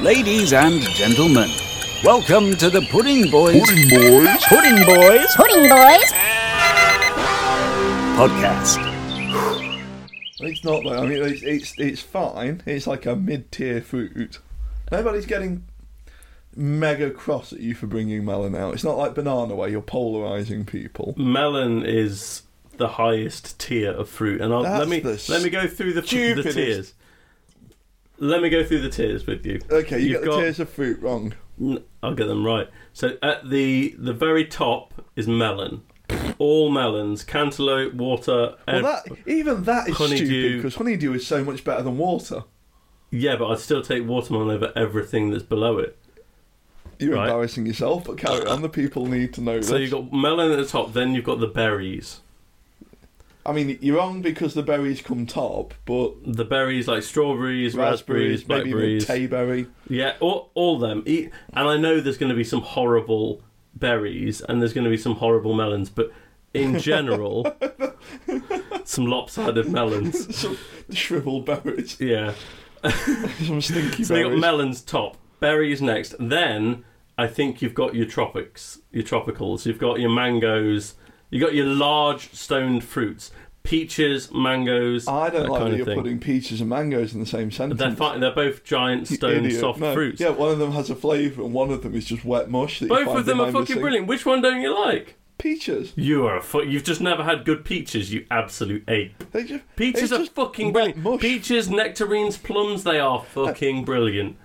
Ladies and gentlemen, welcome to the Pudding Boys. Pudding boys. Pudding Boys Pudding boys. podcast. It's not though. I mean, it's it's, it's fine. It's like a mid-tier food. Nobody's getting mega cross at you for bringing melon out. It's not like banana where you're polarizing people. melon is the highest tier of fruit, and I'll, let That's me the let me go through the, the stupidest- tiers. Let me go through the tiers with you. Okay, you You've get the tiers of fruit wrong. N- I'll get them right. So at the the very top is melon. All melons, cantaloupe, water. Well, ev- that even that is Honeydew. stupid because honeydew is so much better than water. yeah, but I'd still take watermelon over everything that's below it. You're Right. embarrassing yourself, but carry on. The people need to know So this. you've got melon at the top, then you've got the berries. I mean, you're wrong because the berries come top, but The berries like strawberries, raspberries, raspberries, maybe even blackberries. tayberry. Yeah, all, all them. E- And I know there's going to be some horrible berries and there's going to be some horrible melons, but in general, some lopsided melons. Some shriveled berries, Yeah. some stinky So you got berries. melons top, berries next. Then I think you've got your tropics, your tropicals. You've got your mangoes. You've got your large stoned fruits, peaches, mangoes. I don't that like that kind of you're thing. putting peaches and mangoes in the same sentence. They're fine. They're both giant You stone idiot. soft No, fruits. Yeah, one of them has a flavour and one of them is just wet mush. That you both find of them are behind the fucking sink. brilliant. Which one don't you like? Peaches. You are a fu- You've just never had good peaches, you absolute ape. They just, Peaches it's are just fucking wet brilliant. mush. Peaches, nectarines, plums, they are fucking brilliant.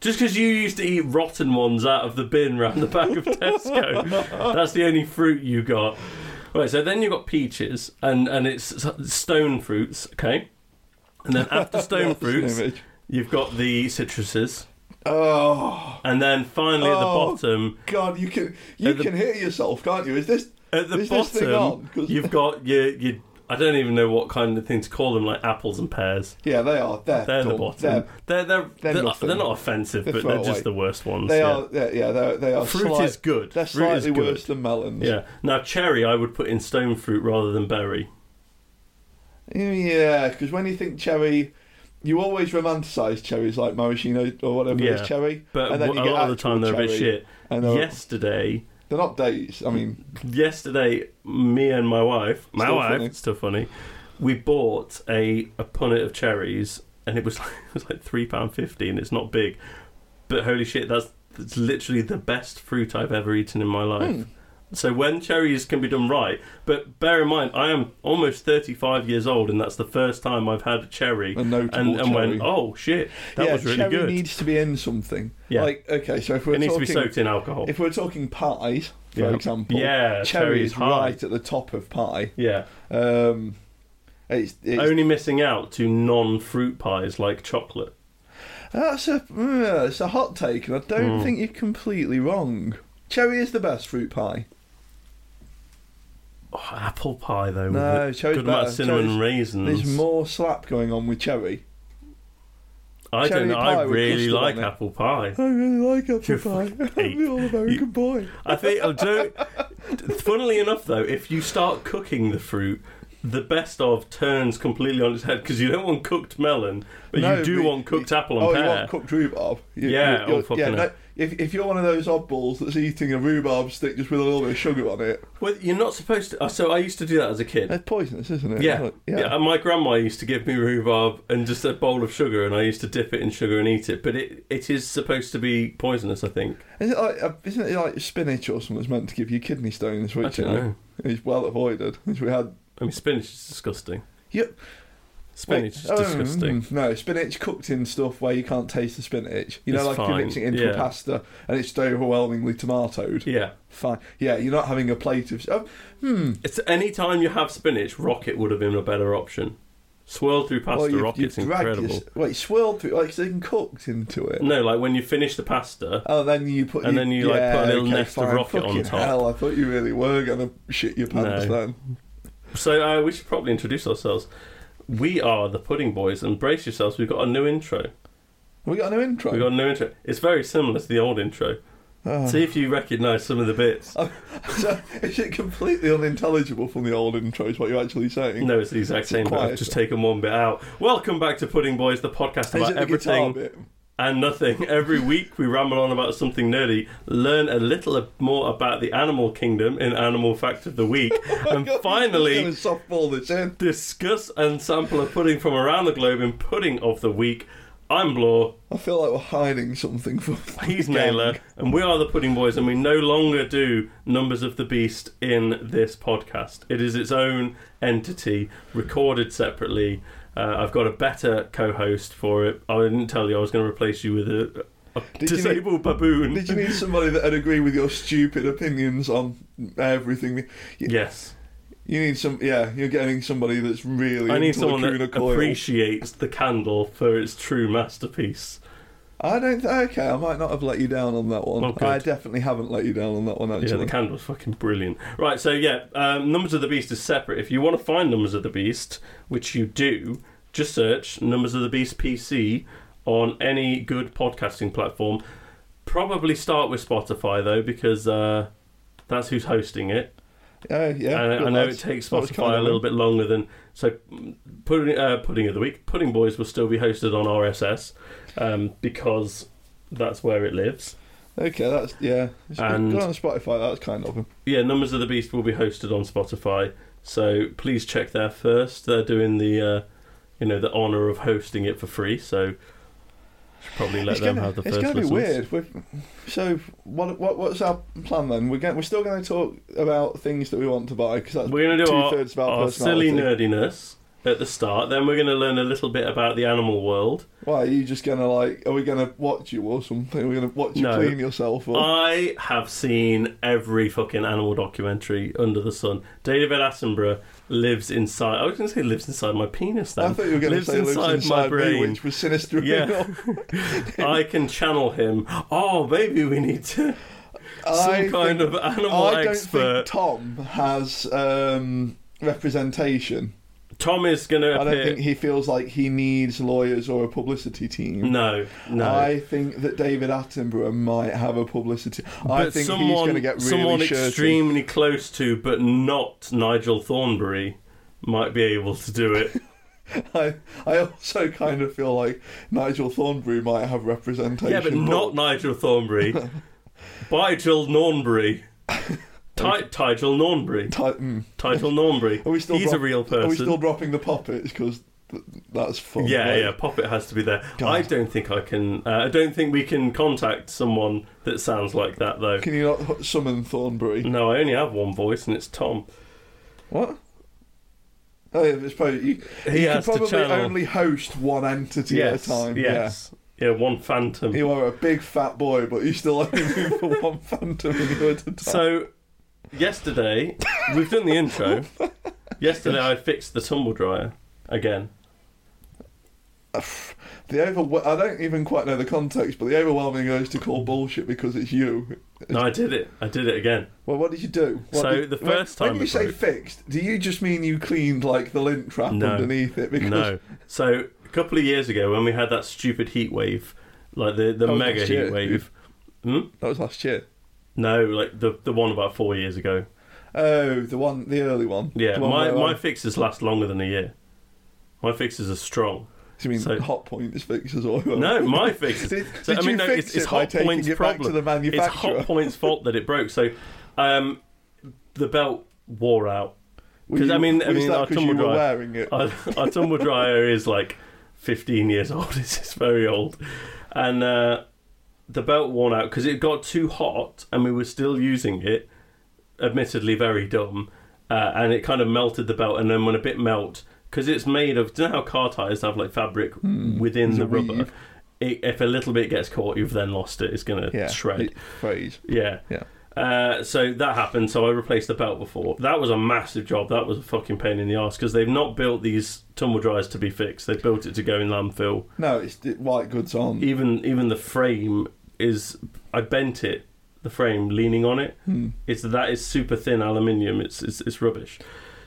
Just because you used to eat rotten ones out of the bin round the back of Tesco, that's the only fruit you got. Right, so then you've got peaches, and, and it's s- stone fruits, okay? And then after stone fruits, image. you've got the citruses. Oh And then finally at the Oh. bottom, God, you can you At the- can hear yourself, can't you? Is this At the is this thing on? bottom, 'Cause- you've got your, your. I don't even know what kind of thing to call them, like apples and pears. yeah, they are. They're, They're the dumb. bottom. They're, They're they're they're they're, they're, nothing. not offensive, They're but they're throwaway. just the worst ones. they yeah. are. Yeah, yeah they're, they are. Fruit slight- is good. They're Fruit is slightly good. worse than melons. Yeah. Now cherry, I would put in stone fruit rather than berry. Yeah, because when you think cherry, you always romanticise cherries like maraschino or whatever it Yeah, is Oh, cherry. But and then wh- you a get lot of the actual time they're a bit cherry. shit. And they're, Yesterday, they're not dates. I mean, yesterday, me and my wife, my Still wife, funny. still funny, we bought a, a punnet of cherries, and it was like, it was like three pound fifty, and it's not big, but holy shit, that's that's literally the best fruit I've ever eaten in my life. Hmm. So when cherries can be done right, but bear in mind, I am almost thirty-five years old, and that's the first time I've had a cherry, A notable and, and cherry. went, oh shit, that yeah, was really cherry good. needs to be in something. Yeah. Like okay, so if we're it needs talking, to be soaked in alcohol. if we're talking pies, for Yeah. example, Yeah, cherry cherry is is high. right at the top of pie. yeah. Um, it's, it's Only missing out to non-fruit pies like chocolate. that's a mm, it's a hot take, and I don't Hmm. think you're completely wrong. Cherry is the best fruit pie. Oh, apple pie though. No, with a cherry's good amount better. of cinnamon Cherry's- and raisins. There's more slap going on with cherry. I cherry don't know. I pie with really custard like on it. apple pie. I really like apple You're pie. fucking ape. I'm the all-American boy. I think I do. Funnily enough, though, if you start cooking the fruit, the best of turns completely on its head because you don't want cooked melon, but you do want cooked apple and oh, pear. you want cooked rhubarb. You- Yeah, you- oh, you're- fucking yeah. hell. no, if, if you're one of those oddballs that's eating a rhubarb stick just with a little bit of sugar on it, Well, you're not supposed to. oh, So I used to do that as a kid. that's poisonous, isn't it? Yeah. Look, yeah, And my grandma used to give me rhubarb and just a bowl of sugar, and I used to dip it in sugar and eat it. But it, it is supposed to be poisonous, I think. Is it like, uh, isn't it like spinach or something that's meant to give you kidney stones, which I you don't know. is well avoided? Which we had. I mean, spinach is disgusting. Yep. Spinach is wait, um, disgusting. no, spinach cooked in stuff where you can't taste the spinach. You know, It's like if fine, you're mixing it into a yeah. pasta and it's overwhelmingly tomatoed. Yeah. Fine. Yeah, you're not having a plate of. Oh, hmm. It's any time you have spinach, rocket would have been a better option. Swirl through pasta, Well, you've- rocket's you've dragged incredible. This, wait, swirled through like so you can cooked into it. No, like when you finish the pasta, Oh, then you put And then you, like, yeah, put a little okay, nest of fine. rocket on Fucking top. Hell, I thought you really were gonna shit your pants No. then. so uh, we should probably introduce ourselves. We are the Pudding Boys, and brace yourselves, we've got a new intro. We got a new intro. We've got a new intro. It's very similar to the old intro. Oh. See if you recognise some of the bits. So, is it completely unintelligible from the old intro? Is what you're actually saying? No, it's the exact same, but quiet. I've just taken one bit out. Welcome back to Pudding Boys, the podcast Is about it the guitar everything bit? and nothing. Every week we ramble on about something nerdy, learn a little more about the animal kingdom in Animal Fact of the Week, and Gonna finally softball this in. discuss and sample a pudding from around the globe in Pudding of the Week. I'm Blore, I feel like we're hiding something from. he's Gang. Naylor, and we are the Pudding Boys, and we no longer do Numbers of the Beast in this podcast. It is its own entity, recorded separately. Uh, I've got a better co-host for it. I didn't tell you I was going to replace you with a, a Did you disabled baboon. Did you need somebody that'd agree with your stupid opinions on everything? You, Yes, you need some. Yeah, you're getting somebody that's really. I need into someone lacuna that coil. appreciates the candle for its true masterpiece. I don't. Th- okay, I might not have let you down on that one. Well, good. I definitely haven't let you down on that one. Yeah, Actually, the candle's fucking brilliant. Right, so yeah, um, Numbers of the Beast is separate. If you want to find Numbers of the Beast, which you do, just search Numbers of the Beast PC on any good podcasting platform. Probably start with Spotify though, because uh, that's who's hosting it. yeah, yeah. and I- good I know it lads. takes That was Spotify kind a of little him. bit longer than so. mm, Pudding, uh, pudding of the week, Pudding Boys will still be hosted on RSS um, because that's where it lives. Okay, that's yeah. It's good- And- good on Spotify. That's kind of him. Yeah, Numbers of the Beast will be hosted on Spotify, so please check there first. They're doing the, uh, you know, the honour of hosting it for free, so should probably let it's them gonna, have the it's first gonna be weird. listens. We're, so what, what what's our plan then? We're going, we're still going to talk about things that we want to buy because that's We're going to do our, two-thirds of our our silly personality. nerdiness at the start. Then we're going to learn a little bit about the animal world. Why are you just gonna like? Are we gonna watch you or something? Are we gonna watch you No. Uh, clean yourself? Or I have seen every fucking animal documentary under the sun. David Attenborough lives inside. I was going to say lives inside my penis. Then I thought you were gonna lives say lives inside my inside me, brain. which was sinister. Yeah. enough. I can channel him. Oh, maybe we need to some I kind think- of animal I don't expert. think Tom has um, representation. Tom is going to I don't appear. think he feels like he needs lawyers or a publicity team. No, no. I think that David Attenborough might have a publicity. I But think he's someone, going to get really someone shirty. extremely close to, but not Nigel Thornberry, might be able to do it. I, I also kind of feel like Nigel Thornbury might have representation. yeah, but not Nigel Thornberry. Nigel Nornbury. Ti- Nigel Nornbury. Ti- mm. Nigel Nornbury. Are we still He's dro- a real Are we person. still dropping the puppets? Because th- that's fun. yeah, right? yeah, Poppet has to be there. God. I don't think I can. Uh, I don't think we can contact someone that sounds like that, though. Can you not h- summon Thornbury? No, I only have one voice, and it's Tom. What? Oh, yeah, it's probably, you, He you has can probably to channel. only host one entity yes, at a time. yes, yeah. one Yeah. phantom. You are a big fat boy, but you still only move for one phantom in your at a time. So, yesterday we've done the intro. yesterday I fixed the tumble dryer again. The over I don't even quite know the context, but the overwhelming urge to call bullshit because it's you. No, I did it. I did it again. Well, what did you do? What So, did- the when- first time when it you say broke- fixed, do you just mean you cleaned like the lint trap No. underneath it? Because No. So a couple of years ago, when we had that stupid heat wave, like the the That was mega last year. heat wave. Hmm? that was last year. No, like the the one about four years ago. Oh, the one, the early one. Yeah, The one my where, my um, fixes last longer than a year. My fixes are strong. you mean so- hot point is fixed as well? No, my fixes. Did, So, did I mean, you no, fix it's, it it's by Hot taking Point's it back to problem. the it's Hot manufacturer? Point's fault that it broke. So, um, the belt wore out. Were 'cause, I you- mean- I was mean, that our 'cause tumble you were dryer- wearing it. Our, our tumble dryer is like 15 years old. It's just very old, and uh, the belt worn out because it got too hot, and we were still using it. Admittedly, very dumb, uh, and it kind of melted the belt. And then when a bit melt, because it's made of, do you know how car tires have like fabric Hmm. within It's the a weave. rubber? It, if a little bit gets caught, you've then lost it. It's gonna yeah, shred. it- phrase. Yeah. Yeah. Uh, so that happened. So I replaced the belt before. That was a massive job. That was a fucking pain in the ass because they've not built these tumble dryers to be fixed. They built it to go in landfill. No, it's it, white goods on. Even even the frame is. I bent it. The frame leaning on it. Hmm. It's that is super thin aluminium. It's it's, it's rubbish.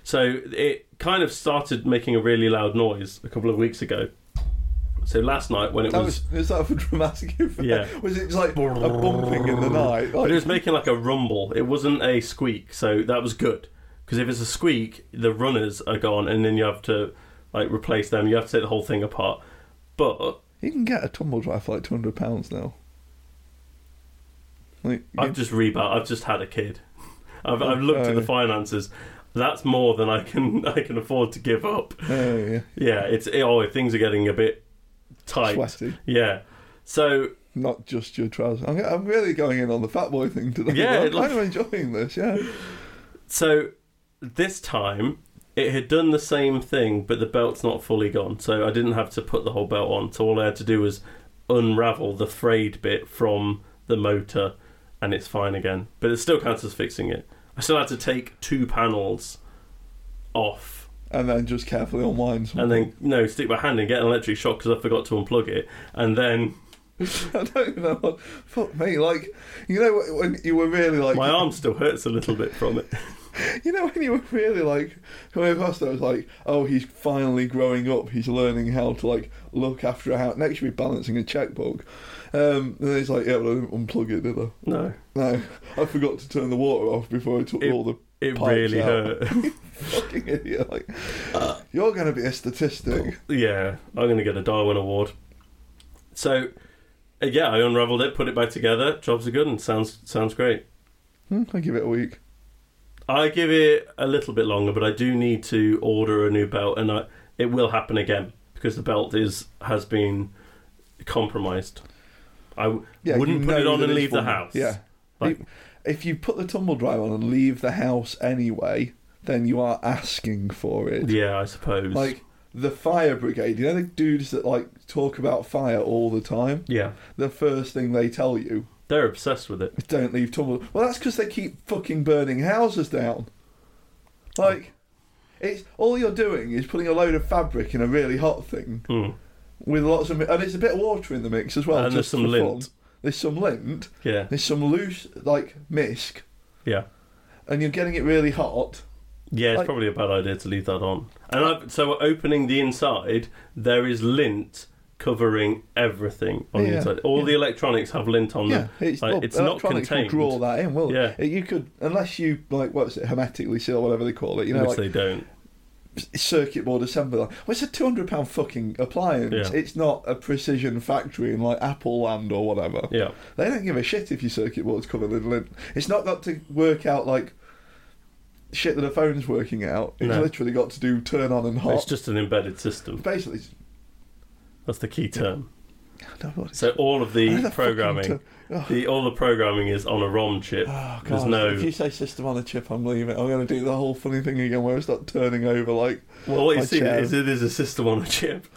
So it kind of started making a really loud noise a couple of weeks ago. So last night when it That was was, is that for dramatic effect? Yeah. Was it just like a bumping in the night? But Like, it was making like a rumble. It wasn't a squeak, so that was good. Because if it's a squeak, the runners are gone, and then you have to like replace them. You have to take the whole thing apart. But You can get a tumble dry for like two hundred pounds now. Like, you- I've just rebal. I've just had a kid. I've, I've Oh, looked at the yeah. finances. That's more than I can I can afford to give up. oh, yeah, Yeah, it's it, oh things are getting a bit tight. sweaty. Yeah. So Not just your trousers. I'm, I'm really going in on the fat boy thing today. Yeah, I'm it looks- kind of enjoying this. Yeah, so this time it had done the same thing, but the belt's not fully gone. So I didn't have to put the whole belt on. So all I had to do was unravel the frayed bit from the motor, and it's fine again. But it still counts as fixing it. I still had to take two panels off and then just carefully unwind. and then no stick my hand and get an electric shock because I forgot to unplug it, and then I don't even know what. Fuck me! Like you know when you were really like my arm still hurts a little bit from it. You know when you were really like coming past that was like, oh, he's finally growing up. He's learning how to like look after a house. Next, you'd be balancing a checkbook. Um, and then he's like, yeah, well, I didn't unplug it, did I? No, No, I forgot to turn the water off before I took It- all the it Pipes really out. hurt. fucking idiot. Like, you're going to be a statistic. yeah, I'm gonna get a Darwin Award. So, uh, yeah, I unravelled it, put it back together. Jobs are good and sounds sounds great. Hmm, I give it a week. I give it a little bit longer, but I do need to order a new belt, and I, it will happen again because the belt is has been compromised. I w- Yeah, wouldn't you put it know on that and it's leave the full. house. Yeah, Like- You- if you put the tumble dryer on and leave the house anyway, then you are asking for it. yeah, I suppose. like the fire brigade. You know the dudes that like talk about fire all the time. yeah, The first thing they tell you they're obsessed with it. is don't leave tumble. Well, that's because they keep fucking burning houses down. Like, it's all you're doing is putting a load of fabric in a really hot thing Mm. with lots of mi- and it's a bit of water in the mix as well. And there's just some for fun. lint. There's some lint. Yeah, There's some loose like misc, yeah, and you're getting it really hot. yeah. It's Like- probably a bad idea to leave that on. And I've, so, opening the inside, there is lint covering everything on the Yeah, inside. All yeah. the electronics have lint on Yeah, them. it's, Like, well, it's not electronics will contained. draw that in, will Yeah. it? You could, unless you like what's it, hermetically seal, whatever they call it. You know, which like they don't. circuit board assembly line. Well, it's a two hundred pound fucking appliance. Yeah. It's not a precision factory in like Apple Land or whatever. Yeah, They don't give a shit if your circuit board's covered in lint. It's not got to work out like shit that a phone's working out. It's No. literally got to do turn on and it's hot. just an embedded system. Basically, it's- That's the key term. I don't know what it's- So all of I know the that fucking programming, term. Oh. the all the programming is on a ROM chip. Oh, There's God. no- If you say system on a chip, I'm leaving. I'm going to do the whole funny thing again where I start turning over like Well, what you my see chair. is it is a system on a chip.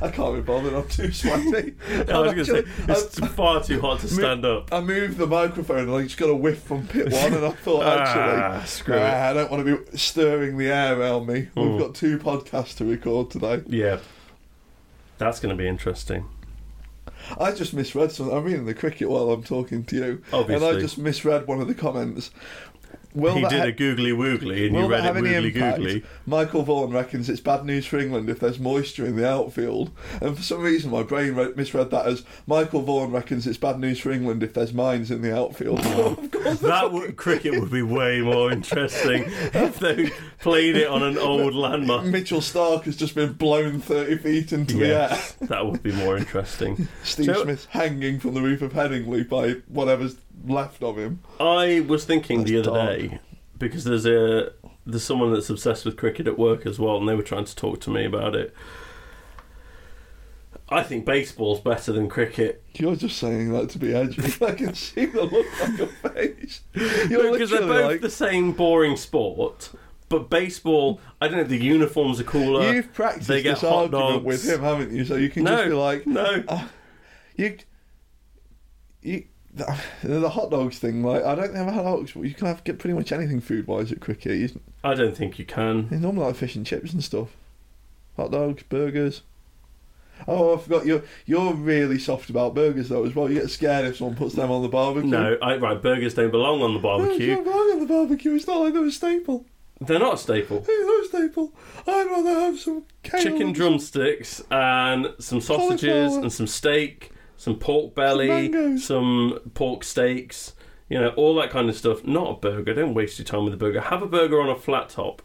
I can't be bothered. I'm too sweaty. I was going to say it's far too hot to Mo- stand up. I moved the microphone and I just got a whiff from pit one, and I thought actually. ah, screw ah, I don't want to be stirring the air around me. Hmm. We've got two podcasts to record today. it. Yeah, that's going to be interesting. I just misread something. I'm reading the cricket while I'm talking to you, Obviously. and I just misread one of the comments. Will he that did ha- a googly woogly and will that you read it have any woogly impact? googly. Michael Vaughan reckons it's bad news for England if there's moisture in the outfield, and for some reason my brain re- misread that as Michael Vaughan reckons it's bad news for England if there's mines in the outfield. of course, That would, cricket would be way more interesting if they played it on an old landmark. Mitchell Stark has just been blown thirty feet into the air. Yes, that would be more interesting. Steve So- Smith's hanging from the roof of Headingley by whatever's left of him. I was thinking the That's other dark. day because there's a there's someone that's obsessed with cricket at work as well, and they were trying to talk to me about it. I think baseball's better than cricket You're just saying that to be edgy. I can see the look on your face. You're because they're literally both like, the same boring sport. But baseball, I don't know. The uniforms are cooler. You've practiced they this get hot argument dogs. with him, haven't you? So you can no, just be like, uh, no. you, you, the, the hot dogs thing. Like, I don't have hot dogs, but you can have get pretty much anything food wise at cricket. You, I don't think you can. It's normally like fish and chips and stuff. Hot dogs, burgers. Oh, I forgot you're you're really soft about burgers though as well. You get scared if someone puts them on the barbecue. No, I, right. Burgers don't belong on the No, it's barbecue. not wrong on the barbecue. It's not like they're a staple. They're not a staple. They're not a staple. I'd rather have some kale Chicken and drumsticks and some sausages Cauliflower. and some steak, some pork belly, some, mangoes. pork steaks. You know, all that kind of stuff. Not a burger. Don't waste your time with a burger. Have a burger on a flat top.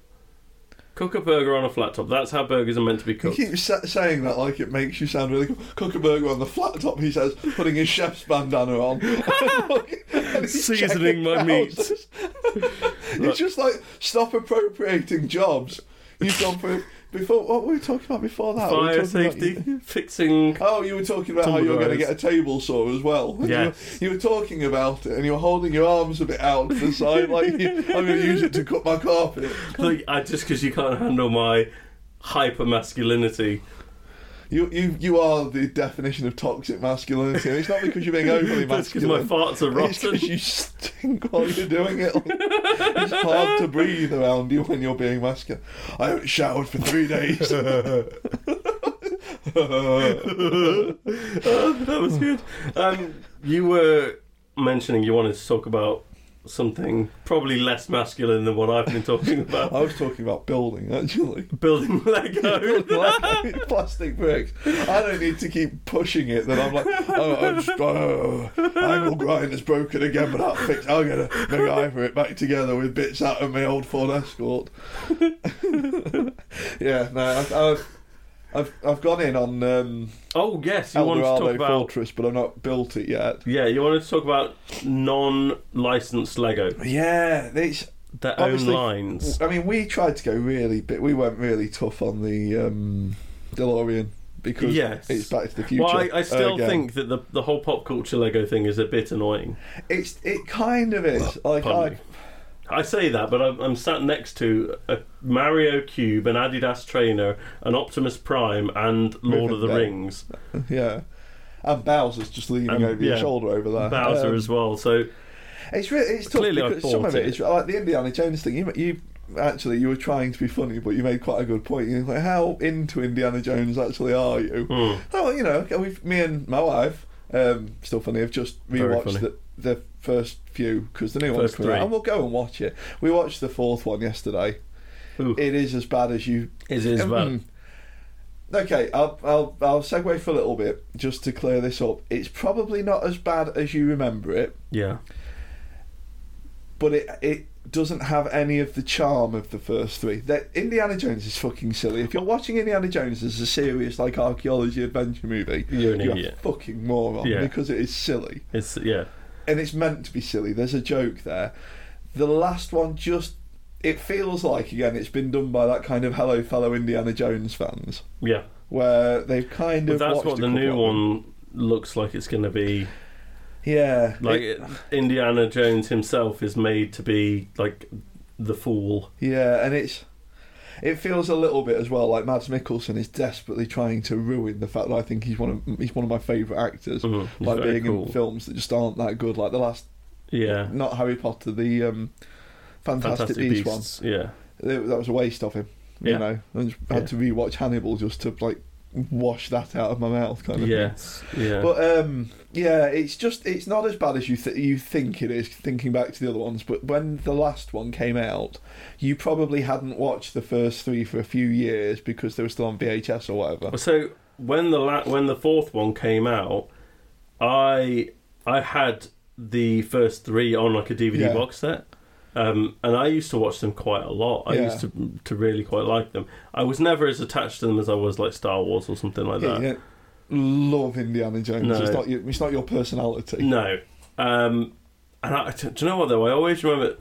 Cook a burger on a flat top. That's how burgers are meant to be He cooked. keeps sa- saying that like it makes you sound really cool. Cook a burger on the flat top, he says, putting his chef's bandana on. And he's checking Seasoning my meat. houses. it's just like, stop appropriating jobs. You've gone for. Before, what were we talking about before that? We were Fire talking about- safety, fixing. Oh, you were talking about how you were going to Tumble get a table saw as well. You Yes. were- You, were talking about it, and you were holding your arms a bit out to the side, like you, I'm going to use it to cut my carpet. Like, I, just because you can't handle my hyper masculinity. You, you, you are the definition of toxic masculinity. and It's not because you're being overly That's because my masculine. farts are It's because rotten. you stink while you're doing it. it's hard to breathe around you when you're being masculine. I haven't showered for three days. Oh, that was good. Um, you were mentioning you wanted to talk about something probably less masculine than what I've been talking I about. was talking about building, actually. Building Lego. Like, plastic bricks. I don't need to keep pushing it. Then I'm like, oh, I'm just, oh, angle grind is broken again, but I'll fix. I'll get a MacGyver it back together with bits out of my old Ford Escort. yeah, no, I've, I've, I've, I've gone in on um, Oh yes, you wanted to Eldorado talk about. Fortress, but I've not built it yet. Yeah, you wanted to talk about non-licensed Lego, Yeah, it's. their Obviously- own lines. I mean, we tried to go really, but we went really tough on the um, DeLorean because Yes. it's Back to the Future. Well, I, I still again. think that the the whole pop culture Lego thing is a bit annoying. It's it kind of is. Like Pardon I, me. I say that, but I'm, I'm sat next to a Mario cube, an Adidas trainer, an Optimus Prime, and Lord of the Rivendell. Rings. yeah. And Bowser's just leaning And, over your yeah, shoulder over there. Bowser Um, as well. So It's really it's tough Clearly I because some bought of it it. is like the Indiana Jones thing. You you actually you were trying to be funny, but you made quite a good point. You're like, how into Indiana Jones actually are you? hmm. Oh, you know, we've, me and my wife, um, still funny, have just Very rewatched funny. the, the first few because the new one's First coming out, three. and we'll go and watch it. We watched the fourth one yesterday. Ooh. It is as bad as you Mm. It is bad. Okay, I'll, I'll I'll segue for a little bit just to clear this up. It's probably not as bad as you remember it, yeah. but it it doesn't have any of the charm of the first three. That Indiana Jones is fucking silly. If you're watching Indiana Jones as a serious like archaeology adventure movie, You're an you're idiot. a fucking moron Yeah. because it is silly It's yeah. and it's meant to be silly. There's a joke there. The last one just it feels like again it's been done by that kind of hello fellow Indiana Jones fans Yeah. where they've kind But of that's watched what a the new couple of them. one looks like it's going to be. Yeah, Like It- Indiana Jones himself is made to be like the fool. yeah, and it's it feels a little bit as well like Mads Mikkelsen is desperately trying to ruin the fact that I think he's one of he's one of my favourite actors Mhm. He's by very being cool. in films that just aren't that good. Like the last, Yeah. not Harry Potter, the um, Fantastic, Fantastic Beasts one. Beasts. Yeah. that that was a waste of him. You Yeah. know, I just had Yeah. to rewatch Hannibal just to like wash that out of my mouth, kind of. Thing. Yes. Yeah. But um, yeah, it's just it's not as bad as you th- you think it is. Thinking back to the other ones, but when the last one came out, you probably hadn't watched the first three for a few years because they were still on VHS or whatever. So when the la- when the fourth one came out, I I had the first three on like a DVD Yeah. box set, um, and I used to watch them quite a lot. I Yeah. used to to really quite like them. I was never as attached to them as I was like Star Wars or something like Yeah, that. you don't love Indiana Jones. No. It's not your, it's not your personality. No, um, and I, do you know what though? I always remember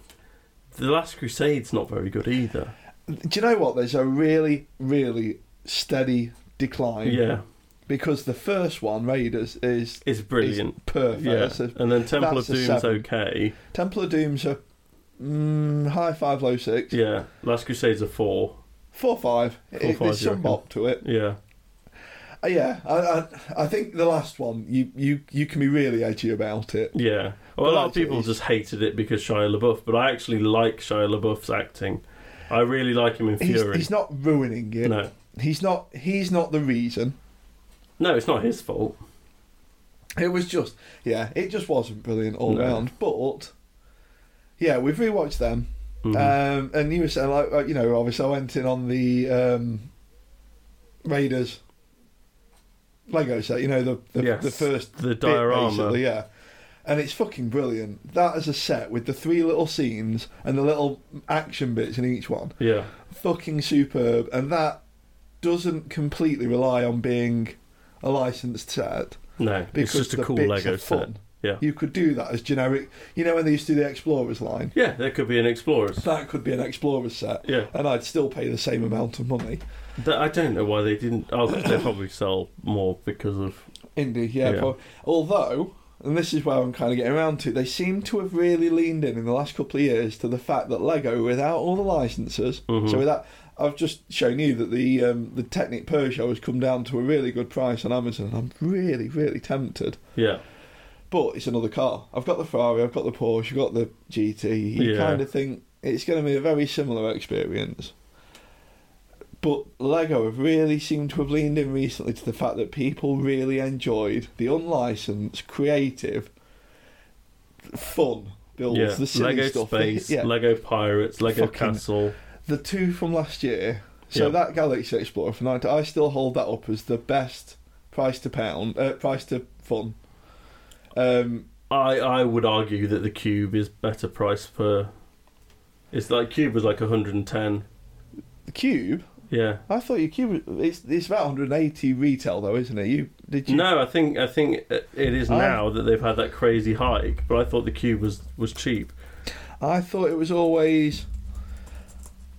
the Last Crusade's not very good either. Do you know what? There's a really really steady decline. Yeah, Because the first one, Raiders, is it's brilliant. It's perfect. yeah, That's a- and then Temple of that's a Doom's seven. okay. Temple of Doom's a mm, high five, low six, Yeah, Last Crusade's a four. four five. it, five, there's you some reckon? bop to it. Yeah. Uh, yeah, I, I, I think the last one you, you, you can be really edgy about it. Yeah. Well, But a lot of actually- people just hated it because Shia LaBeouf, but I actually like Shia LaBeouf's acting. I really like him in He's, Fury. he's not ruining it. No, He's not he's not the reason. no, it's not his fault. It was just yeah, it just wasn't brilliant all No. round. But yeah, we've rewatched them. Mhm. Um, and you were saying like like, you know obviously I went in on the um, Raiders Lego set, you know the the, Yes, the first the bit, diorama. basically, yeah. and it's fucking brilliant. That as a set with the three little scenes and the little action bits in each one, Yeah. fucking superb. And that doesn't completely rely on being a licensed set No. because it's just a the cool bits Lego are fun. set. Yeah. You could do that as generic. You know when they used to do the Explorers line, Yeah, there could be an Explorers. that could be an Explorers set, Yeah. and I'd still pay the same amount of money. That, I don't know why they didn't. Oh, 'cause they probably sell more because of. Indie, yeah. Yeah. But, although, and this is where I'm kind of getting around to, they seem to have really leaned in in the last couple of years to the fact that Lego, without all the licenses, Mhm. so without, I've just shown you that the um, the Technic Peugeot has come down to a really good price on Amazon. I'm really, really tempted. Yeah. But it's another car. I've got the Ferrari, I've got the Porsche, I've got the GT. You Yeah. kind of think it's going to be a very similar experience. But Lego have really seemed to have leaned in recently to the fact that people really enjoyed the unlicensed, creative, fun builds, Yeah. the silly Lego stuff. Space, yeah, Lego Pirates, Lego Fucking- Castle. the two from last year. So Yeah. that Galaxy Explorer from 90, I still hold that up as the best price to pound, uh, price to fun. Um, I, I would argue that the cube is better price per. It's like cube was like 110. the Cube. Yeah. I thought your cube it's it's about 180 retail though, isn't it? You did you? Oh. No, I think I think it it is I- now that they've had that crazy hike, but I thought the cube was was cheap. I thought it was always.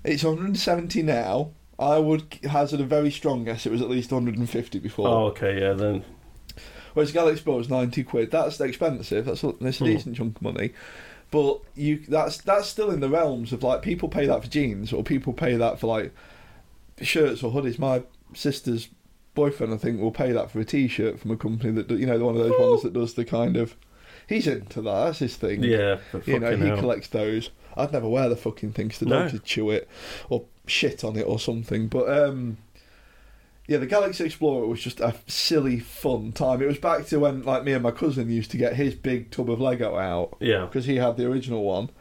It's 170 now. I would hazard a very strong guess it was at least 150 before. Oh, okay, yeah, then Whereas Galaxy Ball was 90 quid. That's expensive. That's a, that's a Hmm. decent chunk of money. But you that's that's still in the realms of like people pay that for jeans or people pay that for like shirts or hoodies. My sister's boyfriend, I think, will pay that for a t-shirt from a company that do, you know one of those ones that does the kind of he's into that. That's his thing. yeah, but You know, fucking he hell. collects those. I'd never wear the fucking thing 'cause the No. dogs would chew it or shit on it or something. But um, yeah, the Galaxy Explorer was just a silly, fun time. It was back to when like me and my cousin used to get his big tub of Lego out yeah, because he had the original one.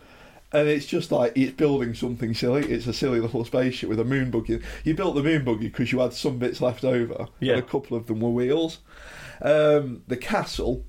And it's just like it's building something silly. It's a silly little spaceship with a moon buggy. You built the moon buggy because you had some bits left over, Yeah. and a couple of them were wheels. Um, the castle,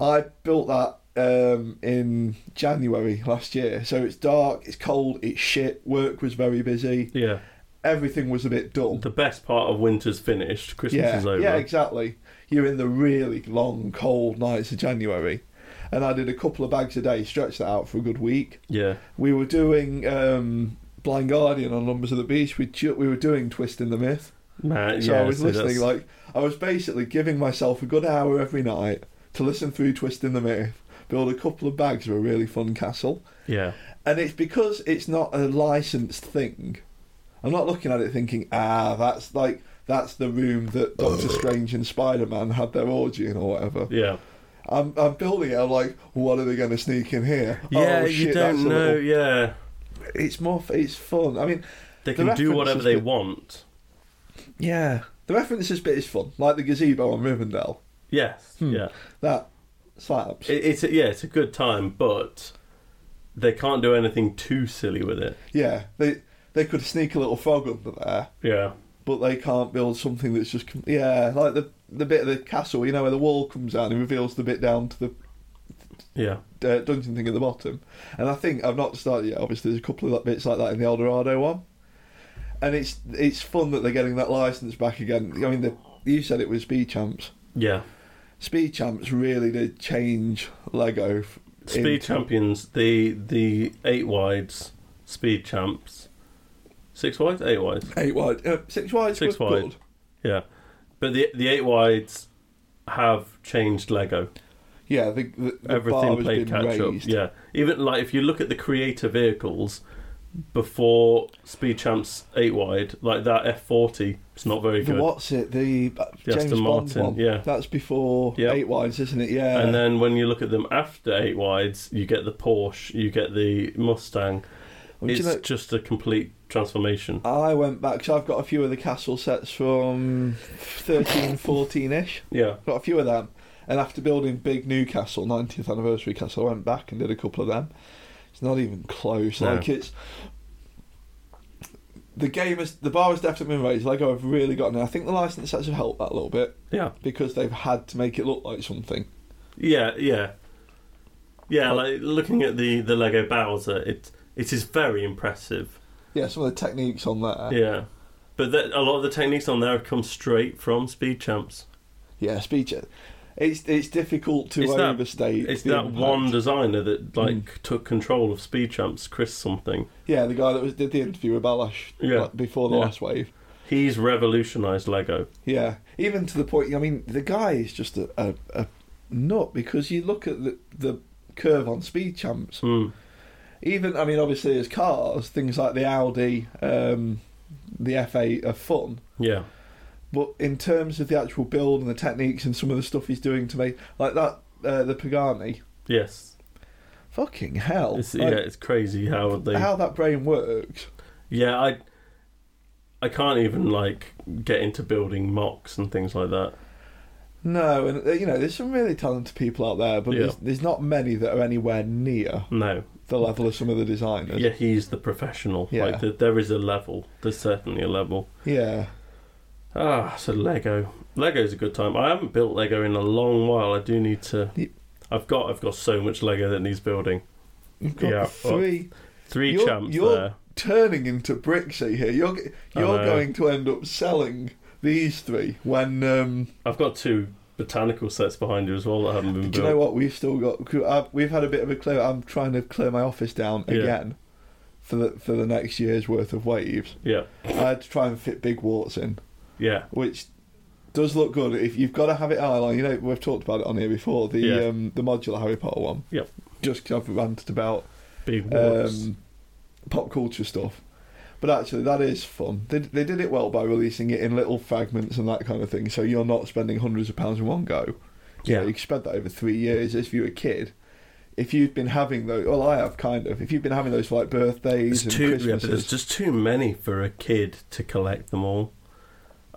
I built that um, in January last year. So it's dark, it's cold, it's shit. Work was very busy. yeah. Everything was a bit dull. The best part of winter's finished. Christmas yeah, is over. yeah, exactly. You're in the really long, cold nights of January, and I did a couple of bags a day. Stretched that out for a good week yeah, we were doing um, Blind Guardian on Numbers of the Beast. We ju- we were doing Twist in the Myth. man. So Uh, yeah, I was so listening that's- like I was basically giving myself a good hour every night to listen through Twist in the Myth, build a couple of bags of a really fun castle, yeah, and it's because it's not a licensed thing. I'm not looking at it thinking, ah, that's like that's the room that Doctor Strange and Spider Man had their orgy in or whatever. yeah, I'm, I'm building it. I'm like, what are they going to sneak in here? yeah. oh, you shit, that's don't a know. little- Yeah, It's more. f- It's fun. I mean, they The can do references whatever they that- want. Yeah. The references bit is fun, like the gazebo on Rivendell. Yes, Hmm. yeah. That slaps. It, it's a, yeah, it's a good time, but they can't do anything too silly with it. yeah, they they could sneak a little frog under there, Yeah, but they can't build something that's just com- yeah, like the the bit of the castle, you know, where the wall comes down and reveals the bit down to the yeah, uh, dungeon thing at the bottom. And I think I've not started yet. Obviously, there's a couple of bits like that in the Eldorado one, and it's it's fun that they're getting that license back again. I mean, the, you said it was Speed Champs. yeah. Speed Champs really did change Lego f- Speed into- champions, the the eight wides, speed champs, six wides, eight wides. Eight wide, uh, six wide, was Six wide. good. Yeah, but the the eight wides have changed Lego. Yeah, the, the, the bar Everything has played been catch raised. up. Yeah, even like if you look at the creator vehicles before Speed Champs eight wide, like that F forty, it's not very The, good. what's it? The uh, The James Bond Aston Martin, one. yeah. that's before Yep. eight wides, isn't it? Yeah. And then when you look at them after eight wides, you get the Porsche, you get the Mustang. Well, do it's you know, just a complete transformation. I went back because I've got a few of the castle sets from 13, 14 ish. Yeah, Got a few of them, and after building big Newcastle, 90th anniversary castle, I went back and did a couple of them. It's not even close. No. Like it's. The game is the bar has definitely been raised. Lego have really gotten it. I think the license sets have helped that a little bit. yeah, because they've had to make it look like something. Yeah, yeah, yeah. Like looking at the the Lego Bowser, it it is very impressive. Yeah, some of the techniques on that. Yeah, but that, a lot of the techniques on there have come straight from Speed Champs. Yeah, speech. uh, It's it's difficult to It's that- overstate. It's the that impact. Hmm. one designer that like took control of Speed Champs, Chris something. Yeah, the guy that was did the interview with Balash Yeah. like, before the Yeah. last wave. He's revolutionised Lego. Yeah, even to the point. I mean, the guy is just a, a, a nut because you look at the the curve on speed champs. Mm. Even I mean, obviously, as cars, things like the Audi, um, the F8 are fun. Yeah, But in terms of the actual build and the techniques and some of the stuff he's doing to me, like that, uh, the Pagani, yes. fucking hell! It's, Like, yeah, it's crazy how they. how that brain works. Yeah, I. I can't even like get into building mocks and things like that. No, and uh, you know, there's some really talented people out there, but Yeah. there's, there's not many that are anywhere near No. the level of some of the designers. Yeah, he's the professional. Yeah. Like the, there is a level. There's certainly a level. yeah. Ah, so Lego. Lego's a good time. I haven't built Lego in a long while. I do need to. Ye- I've got I've got so much Lego that needs building. You've got Yeah, three 3 You're- champs you're- there. turning into Brixie here. You're g- I you're know. going to end up selling these three when um, I've got two botanical sets behind you as well that haven't been do built. you know what we've still got I've, we've had a bit of a clear I'm trying to clear my office down Yeah. again for the for the next year's worth of waves Yeah, I had to try and fit big warts in yeah, which does look good if you've got to have it eyeline you know we've talked about it on here before the Yeah. um, the modular Harry Potter one Yep. just 'cause I've ranted about big warts. um, pop culture stuff. But actually, that is fun. They, they did it well by releasing it in little fragments and that kind of thing, so you're not spending hundreds of pounds in one go. You know, Yeah. you can spread that over three years. If you're a kid, if you've been having those, well, I have kind of. If you've been having those for like birthdays There's and too, yeah, but Christmases, there's just too many for a kid to collect them all.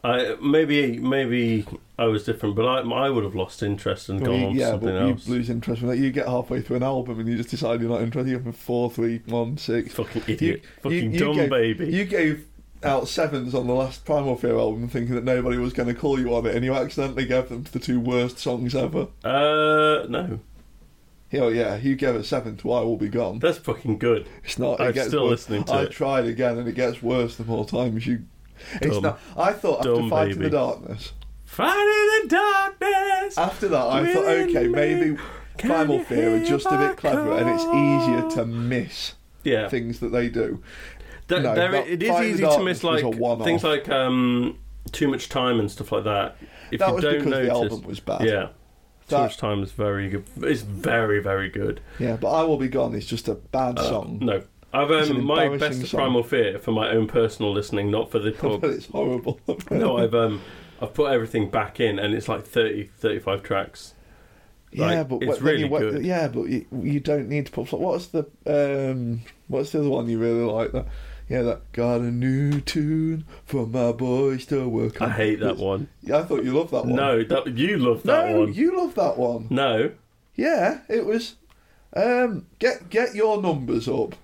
I maybe maybe I was different, but I I would have lost interest and Well, gone you- on to yeah, something but else. you lose interest from that. You get halfway through an album and you just decide you're not interested. You're from four, three, one, six. Fucking idiot, fucking you dumb gave- baby. You gave out sevens on the last Primal Fear album thinking that nobody was going to call you on it, and you accidentally gave them to the two worst songs ever. Uh, no, Oh, yeah, you gave a seven to I Will Be Gone. that's fucking good. It's not. It I'm gets still worse. listening to I it. tried again, and it gets worse the more times you. It's Dumb. not. I thought after Dumb Fight in the baby. Darkness, Friday the darkness. after that, I thought, Really? okay, maybe Can Primal you Fear are hear just a my bit clever, and it's call? easier to miss yeah, things that they do. Th- no, there- that it is Fire in the easy to miss Darkness was like a one-off. things like um too much time and stuff like that. If that you was don't because notice, the album was bad. yeah. Too That- much time is very good. It's very, very good. Yeah, but I Will Be Gone is just a bad song. Uh, No. I've It's an um, my embarrassing best of song. primal fear for my own personal listening, not for the but pub. it's horrible. no, I've um, I've put everything back in, and it's like 30, 35 tracks. yeah, like, but it's what- then really you, what- good. Yeah, but you, you don't need to put. What's the um? What's the other one you really like? That yeah, that got a new tune for my boys to work I on. hate that one. Yeah, I thought you loved that one. No, that, you love that no, one. you loved that one. No, Yeah, it was. Um, get get your numbers up.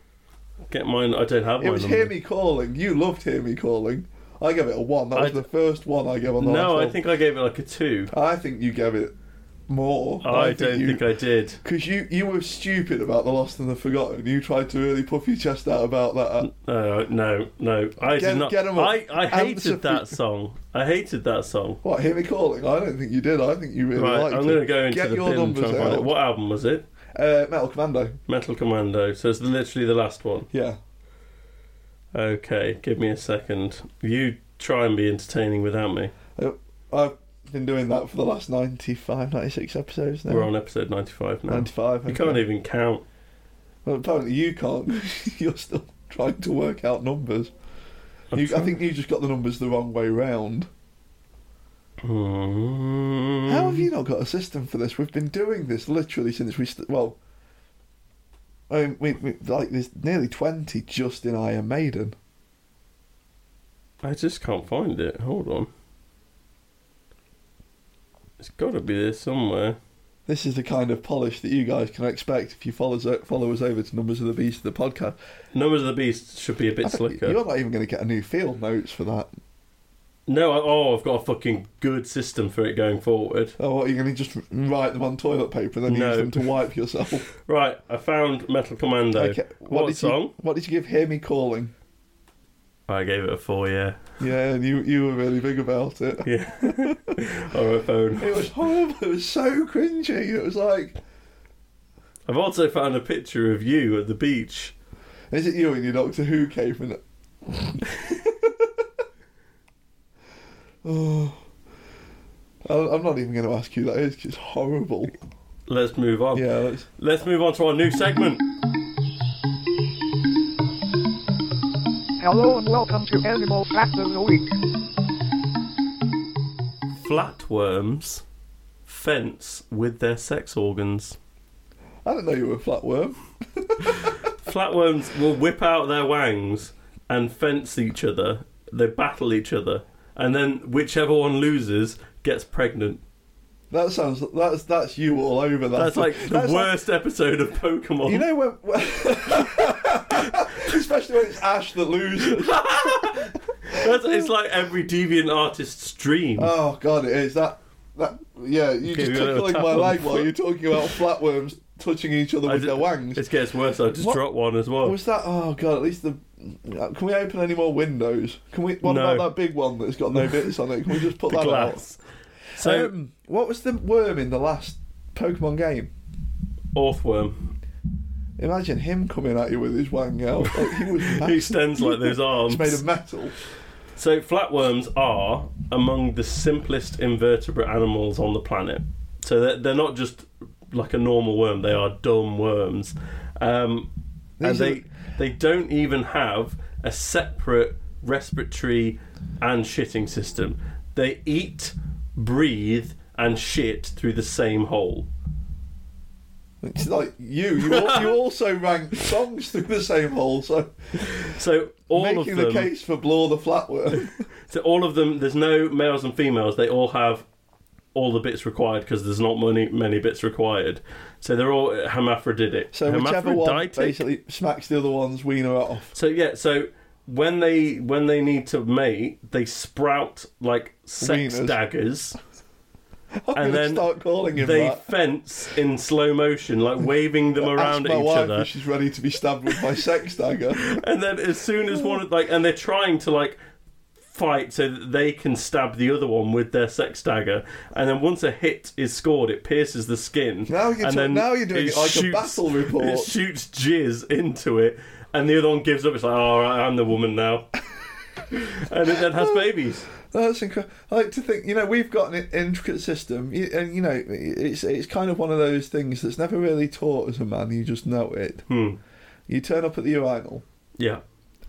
get mine. I don't have It mine. was on Hear me. Me Calling. You loved Hear Me Calling. I gave it a one. That I was d- the first one I gave on the last No, I album. think I gave it like a two. I think you gave it more. Oh, I, don't you, think I did. Because you, you were stupid about the lost and the forgotten. You tried to really puff your chest out about that. No, no, no. I Get- did not. get 'em up. I, I Answer hated for- that song. I hated that song. What, hear me calling? I don't think you did. I think you really Right, liked I'm it. going to go into Get the your bin and try numbers and find out. it. What album was it? Uh, Metal Commando. Metal Commando. So it's literally the last one. Yeah. Okay, give me a second. You try and be entertaining without me. Uh, I've been doing that for the last 95, 96 episodes now. We're on episode 95 now. 95. You okay. can't even count. Well, apparently you can't. You're still trying to work out numbers. I'm You, I trying- think you just got the numbers the wrong way round. Hmm. How have you not got a system for this? We've been doing this literally since we st- well, I mean, we, we like there's nearly twenty just in Iron Maiden. I just can't find it. Hold on. It's got to be there somewhere. This is the kind of polish that you guys can expect if you follow us, follow us over to Numbers of the Beast the podcast. Numbers of the Beast should be a bit I think slicker. You're not even going to get a new field notes for that. No, I, oh, I've got a fucking good system for it going forward. Oh, what, are you going to just write them on toilet paper and then No. use them to wipe yourself? Right, I found Metal Commando. Okay. What, did song? You, what did you give Hear Me Calling? I gave it a four, yeah. Yeah, and you, you were really big about it. Yeah. or a phone. It was horrible. It was so cringy. It was like, I've also found a picture of you at the beach. is it you in your Doctor Who cape? And oh, I- I'm not even going to ask you that. It's just horrible. Let's move on. Yeah, that's, Let's move on to our new segment. Hello and welcome to Animal Fact of the Week. Flatworms fence with their sex organs. I didn't know you were a flatworm. Flatworms will whip out their wangs and fence each other. They battle each other. And then whichever one loses gets pregnant. That sounds. That's that's you all over. That. That's like the That's like- worst episode of Pokemon. you know when. when- Especially when it's Ash that loses. That's, it's like every deviant artist's dream. Oh god, it is that. That yeah, you Give just you a little tickling tap my on the leg while foot. you're talking about flatworms touching each other I with ju- their wangs. It gets worse. I just What? dropped one as well. Was that? Oh god, at least the. Can we open any more windows? Can we? What No. about that big one that's got no bits on it? Can we just put the that glass. out? So um, what was the worm in the last Pokemon game? Orthworm, Imagine him coming at you with his wang out. Like, he was he extends like those arms. It's made of metal. So flatworms are among the simplest invertebrate animals on the planet. So they're, they're not just like a normal worm; they are dumb worms, um, and These are- they they don't even have a separate respiratory and shitting system. They eat, breathe, and shit through the same hole. It's like you. You, al- you also rank songs through the same hole, so So all making of them. the case for Blore the Flatworm. So all of them, there's no males and females. They all have all the bits required because there's not many many bits required. So they're all hermaphroditic. So whichever one basically smacks the other one's wiener off. So yeah, so when they when they need to mate, they sprout like sex Wieners. daggers. I'm And going to then start calling him They that. fence in slow motion, like waving them Ask around at my each wife other. if she's ready to be stabbed with my sex dagger. and then as soon as one of like and they're trying to like fight so that they can stab the other one with their sex dagger and then once a hit is scored it pierces the skin Now you're and ta- now you're doing it like a shoots- battle report. it shoots jizz into it and the other one gives up it's like alright I'm the woman now and it then has babies That's incredible. I like to think, you know, we've got an intricate system, you, and you know, it's it's kind of one of those things that's never really taught as a man. You just know it. hmm You turn up at the urinal, yeah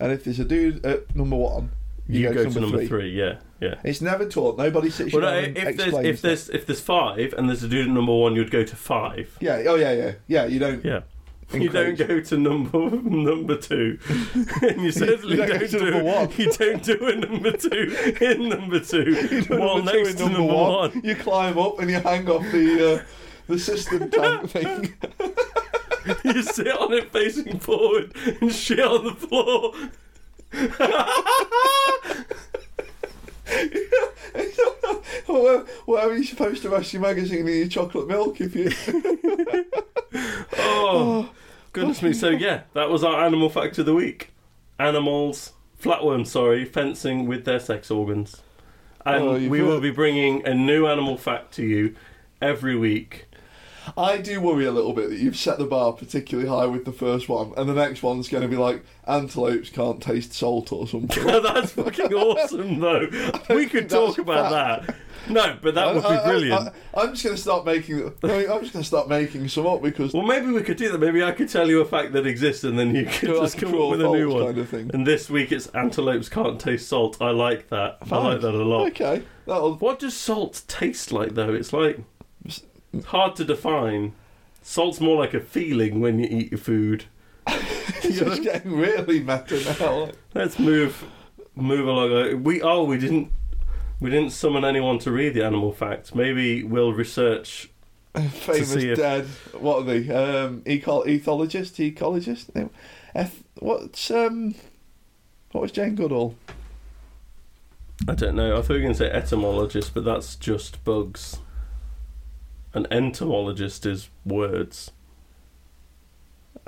and if there's a dude at number one, you, go, to number three, yeah yeah It's never taught. Nobody sits you well, no, down and if there's explains if there's if there's five and there's a dude at number one, you'd go to five. that. Yeah. Oh yeah. Yeah. Yeah. You don't. Yeah. You don't Encourage. go to number number two, and you certainly don't don't, go to do number one. you don't do a number two in number two You're while number two next and to number one. You climb up and you hang off the uh, the system tank thing. You sit on it facing forward and shit on the floor. Where, where are you supposed to rest your magazine in your chocolate milk if you? Oh, goodness me! So yeah, that was our animal fact of the week. Animals, flatworms, sorry, fencing with their sex organs, and Oh, you've we will heard- be bringing a new animal fact to you every week. I do worry a little bit that you've set the bar particularly high with the first one, and the next one's going to be like antelopes can't taste salt or something. Now, that's fucking awesome, though. We think that's could talk about that. No, but that would I- be I- brilliant. I, am just going to start making. I mean, I'm just going to start making some up because Well, maybe we could do that. Maybe I could tell you a fact that exists, and then you could Like just a come true up or with a new false one. kind of thing. And this week it's antelopes can't taste salt. I like that. I like that a lot. Okay, that'll. What does salt taste like, though? It's like it's hard to define. Salt's more like a feeling when you eat your food. It's just getting really meta now. Let's move move along. Uh, We oh we didn't we didn't summon anyone to read the animal fact. Maybe we'll research Famous see if- dead. What are they? Um, eco- ethologist, ecologist. No. Eth- what's um, what was Jane Goodall? I don't know. I thought you were going to say etymologist, but that's just bugs. An entomologist is words,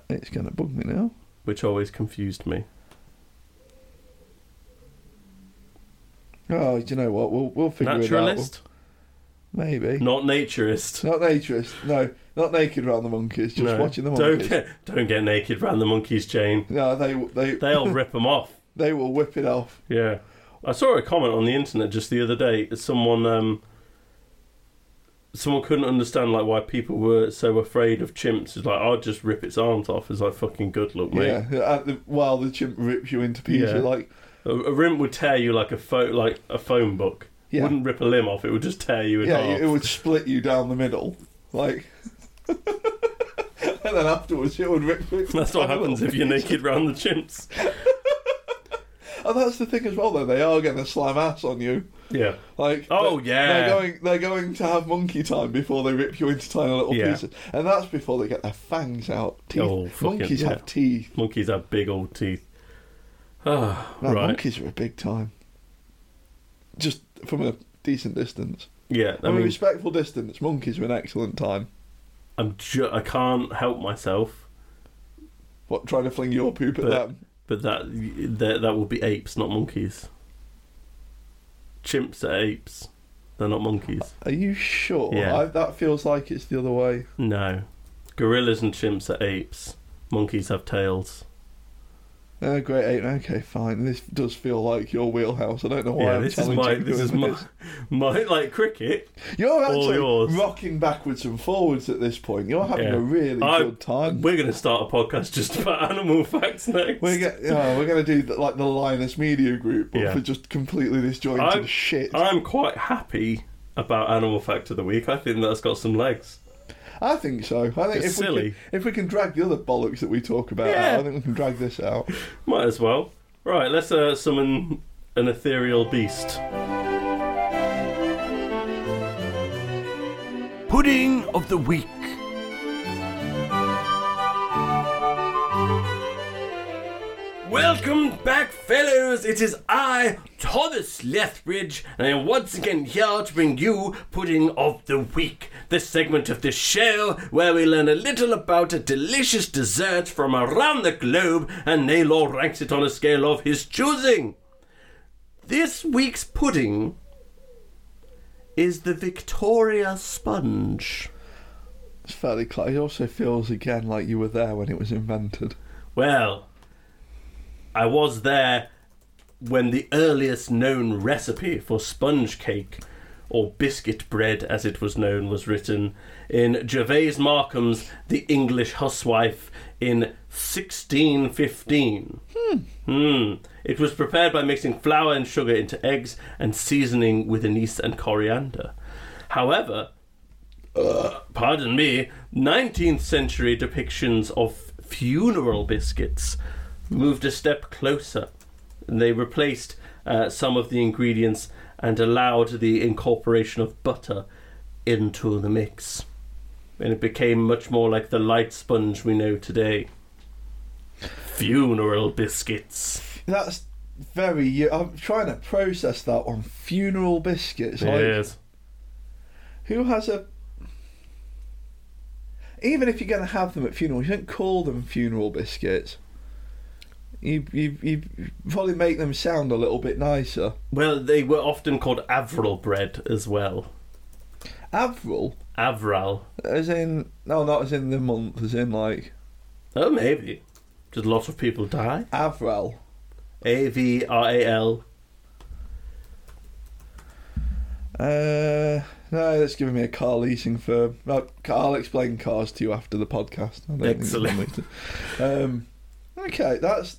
It's going to bug me now. which always confused me. Oh, do you know what? We'll we'll figure it Naturalist, out. We'll- Maybe. not naturist. Not naturist. No, not naked round the monkeys. Just No. watching the Don't monkeys. get, don't get naked round the monkeys, Jane. No, they they they, They'll rip them off. will whip it off. Yeah. I saw a comment on the internet just the other day. Someone um, someone couldn't understand like why people were so afraid of chimps. It's like I'll just rip its arms off. It's like fucking good luck, mate. Yeah, at the, while the chimp rips you into pieces, Yeah. like A, a rimp would tear you like a pho- like a phone book. yeah, Wouldn't rip a limb off. It would just tear you in yeah, half. it would split you down the middle, like, and then afterwards it would rip. rip That's what happens if you're naked round the chimps. And that's the thing as well, though they are going to slam ass on you. Yeah. Like, Oh, they- yeah. they're going they're going to have monkey time before they rip you into tiny little Yeah. pieces, and that's before they get their fangs out. Teeth. Oh, fucking- monkeys yeah. have teeth. Monkeys have big old teeth. Ah, No, right. monkeys are a big time. Just from a decent distance. Yeah. I from a mean, respectful distance, monkeys are an excellent time. I'm ju- I can't help myself. What, trying to fling your poop at But- them? But that that that will be apes, not monkeys. Chimps are apes. They're not monkeys. Are you sure? Yeah. I, that feels like it's the other way. No. Gorillas and chimps are apes. Monkeys have tails. Oh, great ape. Okay, fine. This does feel like your wheelhouse. I don't know why yeah, I'm this is challenging my this is whoever my, it my like cricket. is. You're all actually yours. rocking backwards and forwards at this point. You're having Yeah. a really I- good time. We're gonna start a podcast just about animal facts next. We're, get, oh, we're going to do the, like the Linus Media Group, but Yeah. for just completely disjointed I'm- shit. I'm quite happy about animal fact of the week. I think that's got some legs. I think so. I think It's if silly. we can, if we can drag the other bollocks that we talk about Yeah. out, I think we can drag this out. Might as well. Right, let's uh, summon an ethereal beast. Pudding of the week. Welcome back, fellows! It is I, Thomas Lethbridge, and I am once again here to bring you Pudding of the Week, this segment of the show where we learn a little about a delicious dessert from around the globe and Naylor ranks it on a scale of his choosing. This week's pudding is the Victoria sponge. It's fairly clear. It also feels again like you were there when it was invented. Well, I was there when the earliest known recipe for sponge cake, or biscuit bread as it was known, was written in Gervase Markham's The English Huswife in 1615. Hmm. It was prepared by mixing flour and sugar into eggs and seasoning with anise and coriander. However, pardon me, 19th century depictions of funeral biscuits moved a step closer. And they replaced uh, some of the ingredients and allowed the incorporation of butter into the mix. And it became much more like the light sponge we know today. Funeral biscuits. That's very. eu- I'm trying to process that on funeral biscuits. Like, Yes. Who has a. Even if you're going to have them at funerals, you don't call them funeral biscuits. You, you, you probably make them sound a little bit nicer. Well, they were often called Avril bread as well. Avril, Avral. as in. No, not as in the month, as in like. Oh, maybe. Did a lot of people die? Avril. A V R A L. Uh, no, that's giving me a car leasing firm. Well, I'll explain cars to you after the podcast. I don't think it's Excellent. something to- Um, okay, that's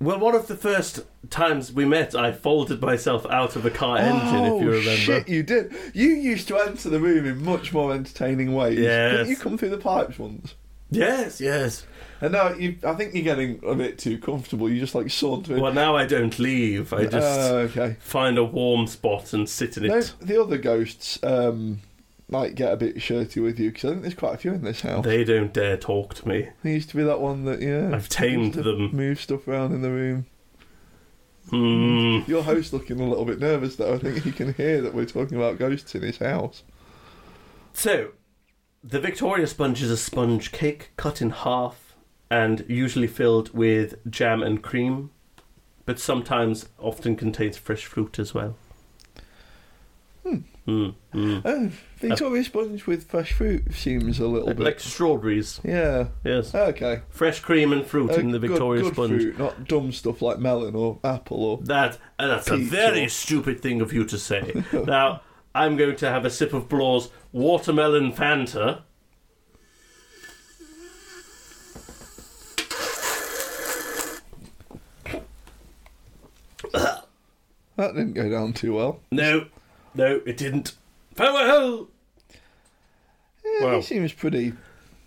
Well, one of the first times we met, I folded myself out of a car engine, oh, if you remember. Shit, you did. You used to enter the room in much more entertaining ways. Yes. Didn't you come through the pipes once? Yes, yes. And now you, I think you're getting a bit too comfortable. You just like saunter in. Well, now I don't leave. I just Oh, okay. find a warm spot and sit in it. No, the other ghosts um, might get a bit shirty with you because I think there's quite a few in this house. They don't dare talk to me. There used to be that one that yeah. I've used tamed to them. Move stuff around in the room. Mm. Your host's looking a little bit nervous, though. I think he can hear that we're talking about ghosts in his house. So, the Victoria sponge is a sponge cake cut in half and usually filled with jam and cream, but sometimes often contains fresh fruit as well. Hmm. Mm, mm. Oh, Victoria sponge with fresh fruit seems a little bit. Like strawberries, yeah. yes. Okay. Fresh cream and fruit Uh, in the good- Victoria good sponge. fruit, not dumb stuff like melon or apple or. That uh, that's a Peach very or- stupid thing of you to say. now I'm going to have a sip of Blaw's watermelon Fanta. That didn't go down too well. No, no, it didn't. Farewell. Yeah, Wow. He seems pretty.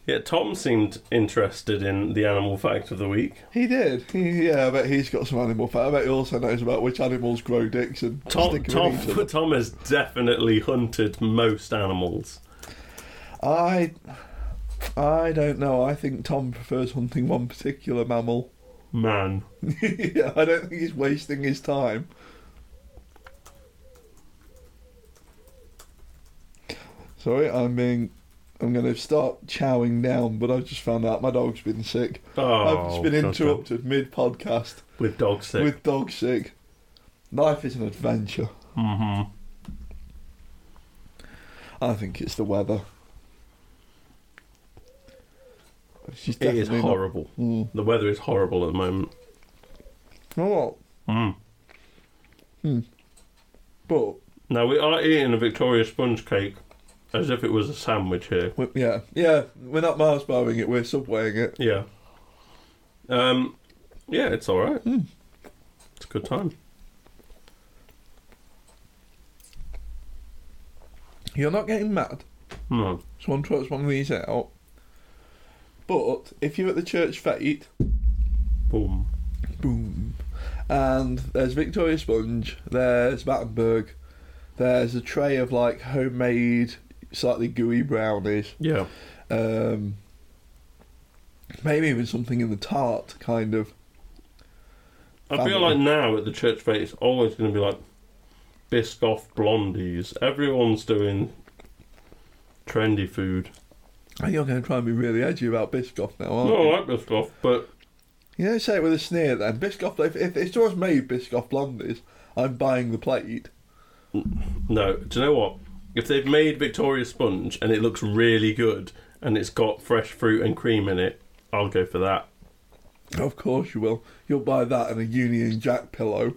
Yeah, Tom seemed interested in the animal fact of the week. He did. He, yeah, I bet he's got some animal fat. I bet he also knows about which animals grow dicks and Tom, stick 'em in Tom, each other. Tom has definitely hunted most animals. I, I don't know. I think Tom prefers hunting one particular mammal. Man. yeah, I don't think he's wasting his time. Sorry, I'm being. I'm going to start chowing down, but I've just found out my dog's been sick. Oh, I've just been God, interrupted mid podcast God. with dog sick. with dog sick. Life is an adventure. hmm I think it's the weather. She's It is definitely not- horrible. Mm. The weather is horrible at the moment. Oh, Mm. Hmm. but Now we are eating a Victoria sponge cake as if it was a sandwich here. we- yeah, yeah, we're not Mars barring it. We're subwaying it. Yeah. Um. Yeah, it's all right. It's a good time. You're not getting mad. No. Someone trots one of these out. But if you're at the church fete, Boom. boom, and there's Victoria Sponge, there's Battenberg, there's a tray of like homemade, slightly gooey brownies. Yeah. um, maybe even something in the tart kind of. I feel Family. like now at the church fete, it's always going to be like Biscoff blondies. Everyone's doing trendy food. And you're going to try and be really edgy about Biscoff now, aren't No, you? I like Biscoff, but You know, say it with a sneer then. Biscoff, if, if it's just made Biscoff blondies, I'm buying the plate. no. Do you know what? If they've made Victoria sponge and it looks really good and it's got fresh fruit and cream in it, I'll go for that. Of course you will. You'll buy that and a Union Jack pillow.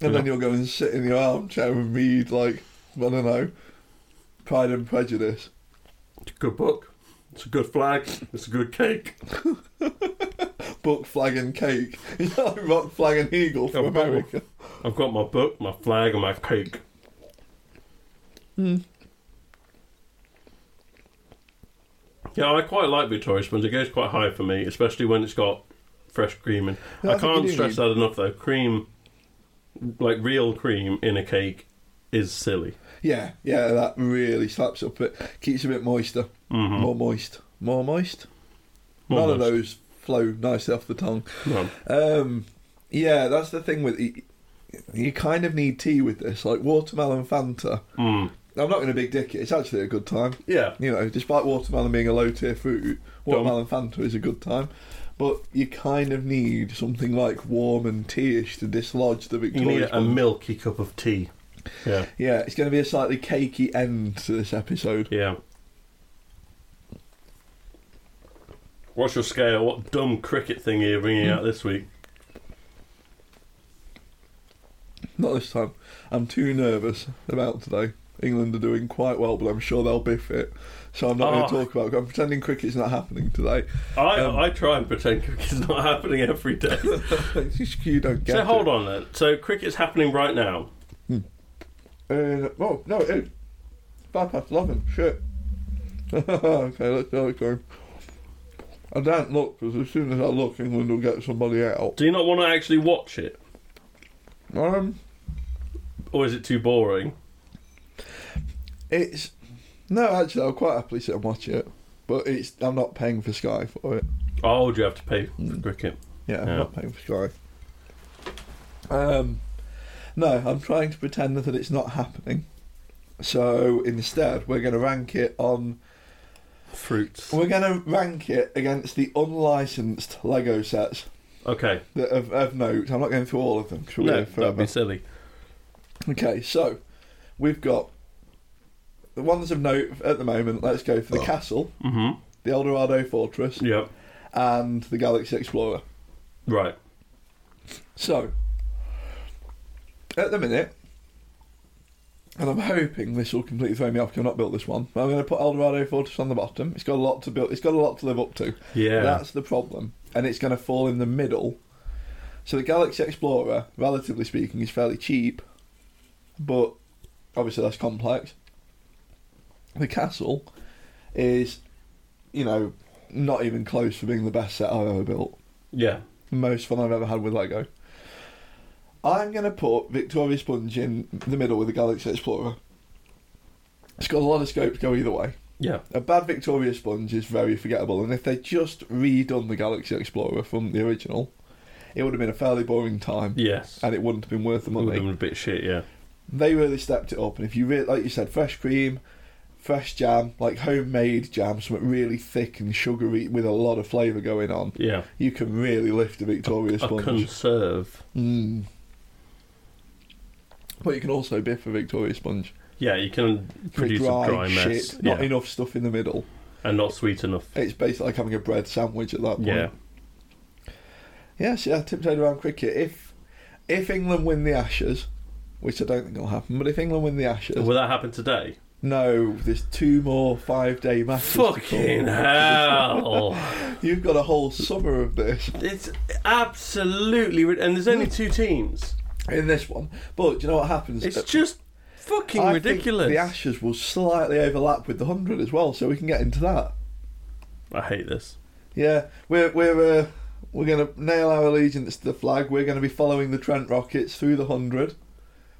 And then Yeah. you'll go and sit in your armchair and read, like, I don't know, Pride and Prejudice. It's a good book. It's a good flag. It's a good cake. Book, flag, and cake. It's like Rock, flag, and eagle for Oh, but- America. I've got my book, my flag, and my cake. Hmm. Yeah, I quite like Victoria Sponge. It goes quite high for me, especially when it's got fresh cream in. Yeah, I I think you can't do stress need- that enough, though. Cream, like real cream in a cake, is silly. Yeah, yeah, that really slaps up. It keeps a bit moister, Mm-hmm. more moist, more moist. None of those flow nicely off the tongue. No. Um, yeah, that's the thing with you, you. Kind of need tea with this, like watermelon Fanta. Mm. I'm not going to big dick it. It's actually a good time. Yeah. You know, despite watermelon being a low tier fruit, watermelon Fanta is a good time. But you kind of need something like warm and teaish to dislodge the You Victoria. need a sponge. milky cup of tea. Yeah. yeah, it's going to be a slightly cakey end to this episode. Yeah. What's your scale? What dumb cricket thing are you bringing out this week? Not this time. I'm too nervous about today. England are doing quite well, but I'm sure they'll biff it. So I'm not Oh. going to talk about. it. I'm pretending cricket's not happening today. I, Um, I try and pretend cricket's not happening every day. you don't get. so hold on then. So cricket's happening right now. on. Uh, oh no, it is. Five past eleven. Shit. okay, let's go. Let's go. I don't look because as soon as I look, England will get somebody out. Do you not want to actually watch it, Um, or is it too boring? it's no, actually, I'll quite happily sit and watch it, but it's I'm not paying for Sky for it. Oh, do you have to pay for cricket? Yeah, I'm Yeah. not paying for Sky. Um, no, I'm trying to pretend that it's not happening. So instead, we're going to rank it on. Fruits. We're going to rank it against the unlicensed Lego sets Okay. that of, of note. I'm not going through all of them because we'll No, go that'd be forever. silly. Okay, so we've got the ones of note at the moment. Let's go for the castle, Mm the Eldorado Fortress, hmm. Yep. and the Galaxy Explorer. Right. So, at the minute, and I'm hoping this will completely throw me off because I've not built this one. But I'm going to put Eldorado Fortress on the bottom. It's got a lot to build. It's got a lot to live up to. Yeah. That's the problem, and it's going to fall in the middle. So the Galaxy Explorer, relatively speaking, is fairly cheap, but obviously that's complex. The castle is, you know, not even close for being the best set I've ever built yeah. most fun I've ever had with Lego. I'm going to put Victoria Sponge in the middle with the Galaxy Explorer. It's got a lot of scope to go either way. Yeah. A bad Victoria Sponge is very forgettable, and if they'd just redone the Galaxy Explorer from the original, it would have been a fairly boring time, Yes. and it wouldn't have been worth the Would money. have been a bit shit, yeah. They really stepped it up, and if you really, like you said, fresh cream, fresh jam, like homemade jam, something really thick and sugary with a lot of flavour going on, Yeah. you can really lift a Victoria A Sponge. conserve. Mm. But you can also biff a Victoria sponge. Yeah, you can For produce a dry mess. shit, yeah. not enough stuff in the middle. and not sweet enough. It's basically like having a bread sandwich at that point. Yeah. Yes, yeah, tiptoed around cricket. If if England win the Ashes, which I don't think will happen, but if England win the Ashes, Will that happen today? no, there's two more five-day matches. to come. Fucking hell! You've got a whole summer of this it's absolutely rid- and there's only two teams. in this one. But do you know what happens? It's Uh, just fucking I think ridiculous. The Ashes will slightly overlap with the hundred as well, so we can get into that. I hate this. Yeah, we're we're uh, we're gonna nail our allegiance to the flag. We're gonna be following the Trent Rockets through the hundred.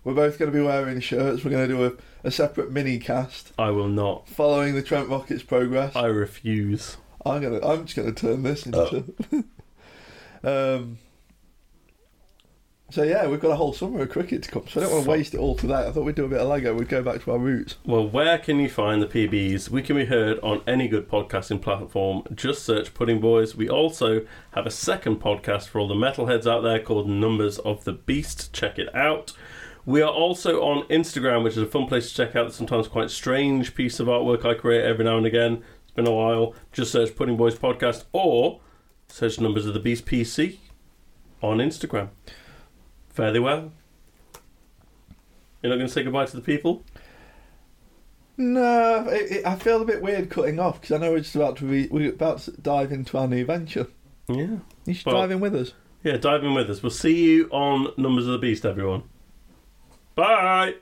We're both gonna be wearing shirts. We're gonna do a, a separate mini cast I will not. following the Trent Rockets progress. I Uh. I, refuse. am gonna I'm just gonna turn this into. um. So yeah, we've got a whole summer of cricket to come. So I don't want to Fuck. waste it all today. I thought we'd do a bit of Lego. We'd go back to our roots. Well, where can you find the PBs? We can be heard on any good podcasting platform. Just search Pudding Boys. We also have a second podcast for all the metalheads out there called Numbers of the Beast. Check it out. We are also on Instagram, which is a fun place to check out. It's sometimes quite strange piece of artwork I create every now and again. It's been a while. Just search Pudding Boys Podcast or search Numbers of the Beast PC on Instagram. Fare thee well. You're not going to say goodbye to the people? No, it, it, I feel a bit weird cutting off because I know we're just about to re- we're about to dive into our new venture. Yeah. You should Well- dive in with us. Yeah, dive in with us. We'll see you on Numbers of the Beast, everyone. Bye.